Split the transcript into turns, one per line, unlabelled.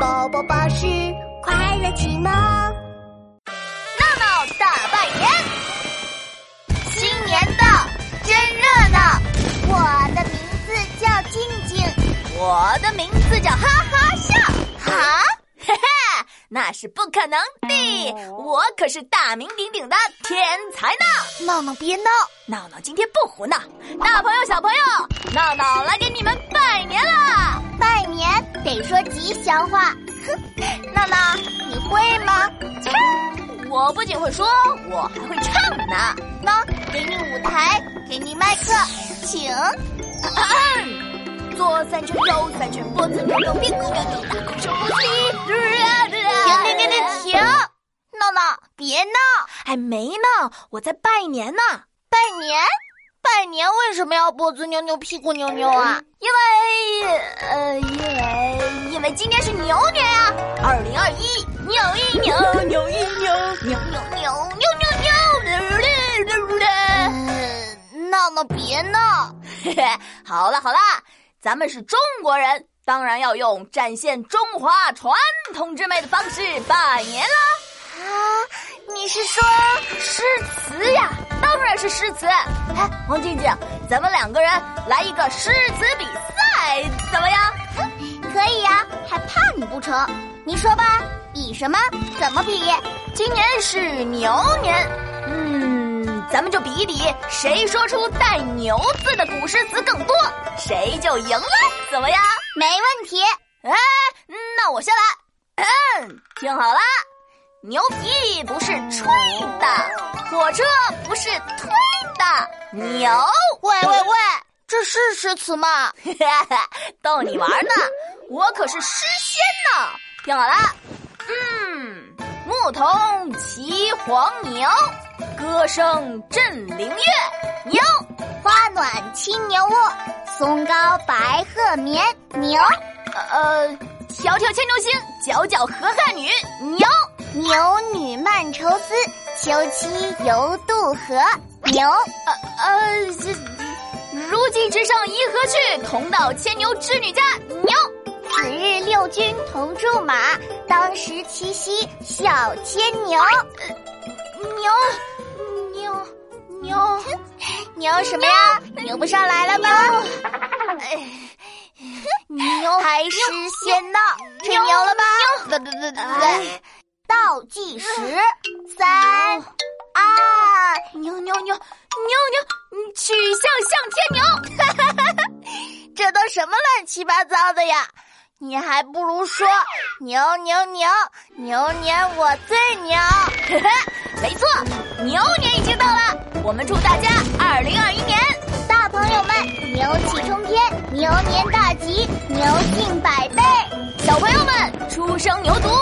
宝宝巴士快乐启蒙，闹闹大拜年，新年到，真热闹。我的名字叫静静，我的名字叫哈哈笑。哈，嘿嘿，那是不可能的，我可是大名鼎鼎的天才呢。
闹闹别闹，
闹闹今天不胡闹，大朋友小朋友，闹闹来给你们拜年啦！
拜年得说吉祥话。
闹闹，
你会吗？
我不仅会说，我还会唱呢。
那给你舞台，给你麦克， 请。
左三圈，右三圈，脖子扭扭，屁股扭扭，大口深呼吸。停
停停停停停！闹闹别闹！
还没呢，我在拜年呢。
拜年，拜年为什么要脖子扭扭、屁股扭扭啊？
因为呃，因为因为今天是牛年啊，二零二一牛一牛牛一牛牛牛牛牛牛牛。
嗯，闹闹别闹！
嘿嘿，好了好了，咱们是中国人，当然要用展现中华传统之美的方式拜年啦。
啊，你是说
诗词呀，当然是诗词。哎，王静静，咱们两个人来一个诗词比赛，怎么样？
可以呀、还怕你不成？你说吧，比什么？怎么比？
今年是牛年，嗯，咱们就比一比，谁说出带“牛”字的古诗词更多，谁就赢了，怎么样？
没问题。
哎，那我先来。嗯，听好了，牛皮不是吹的，火车不是推的，牛。
喂喂喂，这是诗词吗？
逗你玩呢，我可是诗仙呢。听好了，嗯，牧童骑黄牛，歌声振林樾，牛。
花暖青牛卧，松高白鹤眠。牛
呃，迢迢牵牛星，皎皎河汉女，牛。
牛女曼愁思，秋期游渡河。牛
呃呃，这如今直上颐和去，同到牵牛织女家，牛。
此日六军同驻马，当时七夕笑牵牛。
牛牛牛，
牛什么呀？牛不上来了吗？
牛
还是先闹，吹牛哎了吧？对对对对。倒计时，三二，
牛牛牛牛牛，曲项向天牛。
这都什么乱七八糟的呀？你还不如说牛牛牛牛年我最牛。
嘿嘿， 没错，牛年已经到了，我们祝大家二零二一年
大朋友们，牛气冲天，牛年大吉，牛进百倍。
小朋友们初生牛犊，